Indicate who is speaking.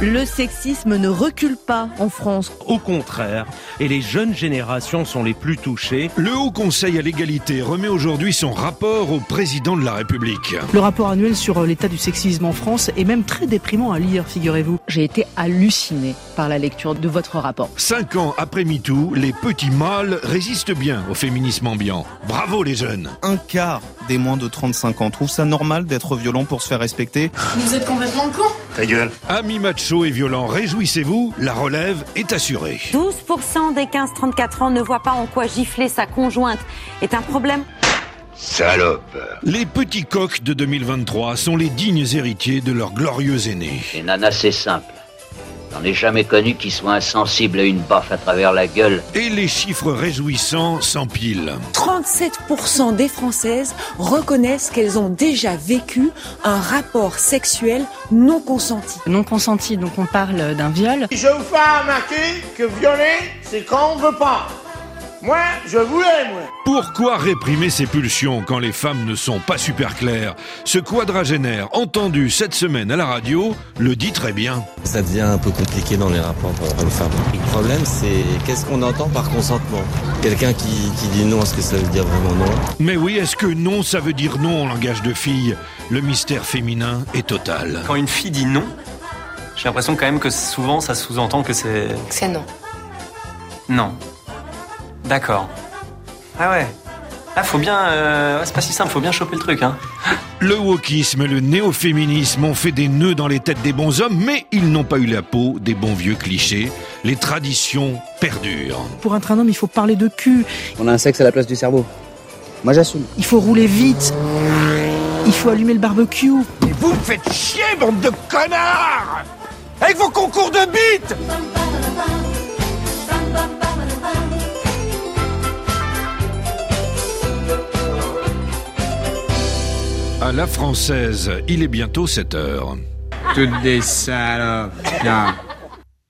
Speaker 1: Le sexisme ne recule pas en France.
Speaker 2: Au contraire, et les jeunes générations sont les plus touchées.
Speaker 3: Le Haut Conseil à l'égalité remet aujourd'hui son rapport au président de la République.
Speaker 4: Le rapport annuel sur euh, l'état du sexisme en France est même très déprimant à lire, figurez-vous.
Speaker 5: J'ai été halluciné par la lecture de votre rapport.
Speaker 3: Cinq ans après MeToo, les petits mâles résistent bien au féminisme ambiant. Bravo les jeunes
Speaker 6: Un quart des moins de 35 ans trouvent ça normal d'être violent pour se faire respecter.
Speaker 7: Vous êtes complètement con
Speaker 8: Ta gueule
Speaker 3: Amis macho et violents, réjouissez-vous, la relève est assurée.
Speaker 9: 12% des 15-34 ans ne voient pas en quoi gifler sa conjointe est un problème.
Speaker 8: Salope
Speaker 3: Les petits coqs de 2023 sont les dignes héritiers de leurs glorieux aînés.
Speaker 10: Les nanas, c'est simple. J'en ai jamais connu qui soit insensible à une baffe à travers la gueule.
Speaker 3: Et les chiffres réjouissants s'empilent.
Speaker 11: 37% des Françaises reconnaissent qu'elles ont déjà vécu un rapport sexuel non consenti.
Speaker 12: Non consenti, donc on parle d'un viol.
Speaker 13: Je vous fais remarquer que violer, c'est quand on veut pas. Moi, je voulais, moi.
Speaker 3: Pourquoi réprimer ses pulsions quand les femmes ne sont pas super claires Ce quadragénaire, entendu cette semaine à la radio, le dit très bien.
Speaker 14: Ça devient un peu compliqué dans les rapports entre les femmes. Le problème, c'est qu'est-ce qu'on entend par consentement Quelqu'un qui, qui dit non, est-ce que ça veut dire vraiment non
Speaker 3: Mais oui, est-ce que non, ça veut dire non en langage de fille Le mystère féminin est total.
Speaker 15: Quand une fille dit non, j'ai l'impression quand même que souvent, ça sous-entend que c'est...
Speaker 16: C'est non.
Speaker 15: Non. D'accord. Ah ouais. Ah, faut bien. Euh... c'est pas si simple, faut bien choper le truc, hein.
Speaker 3: Le wokisme et le néo-féminisme ont fait des nœuds dans les têtes des bons hommes, mais ils n'ont pas eu la peau des bons vieux clichés. Les traditions perdurent.
Speaker 4: Pour être un homme, il faut parler de cul.
Speaker 17: On a un sexe à la place du cerveau. Moi, j'assume.
Speaker 4: Il faut rouler vite. Il faut allumer le barbecue.
Speaker 13: Mais vous me faites chier, bande de connards Avec vos concours de bites
Speaker 3: À la française, il est bientôt 7 heures.
Speaker 18: Toutes des salopes. Là.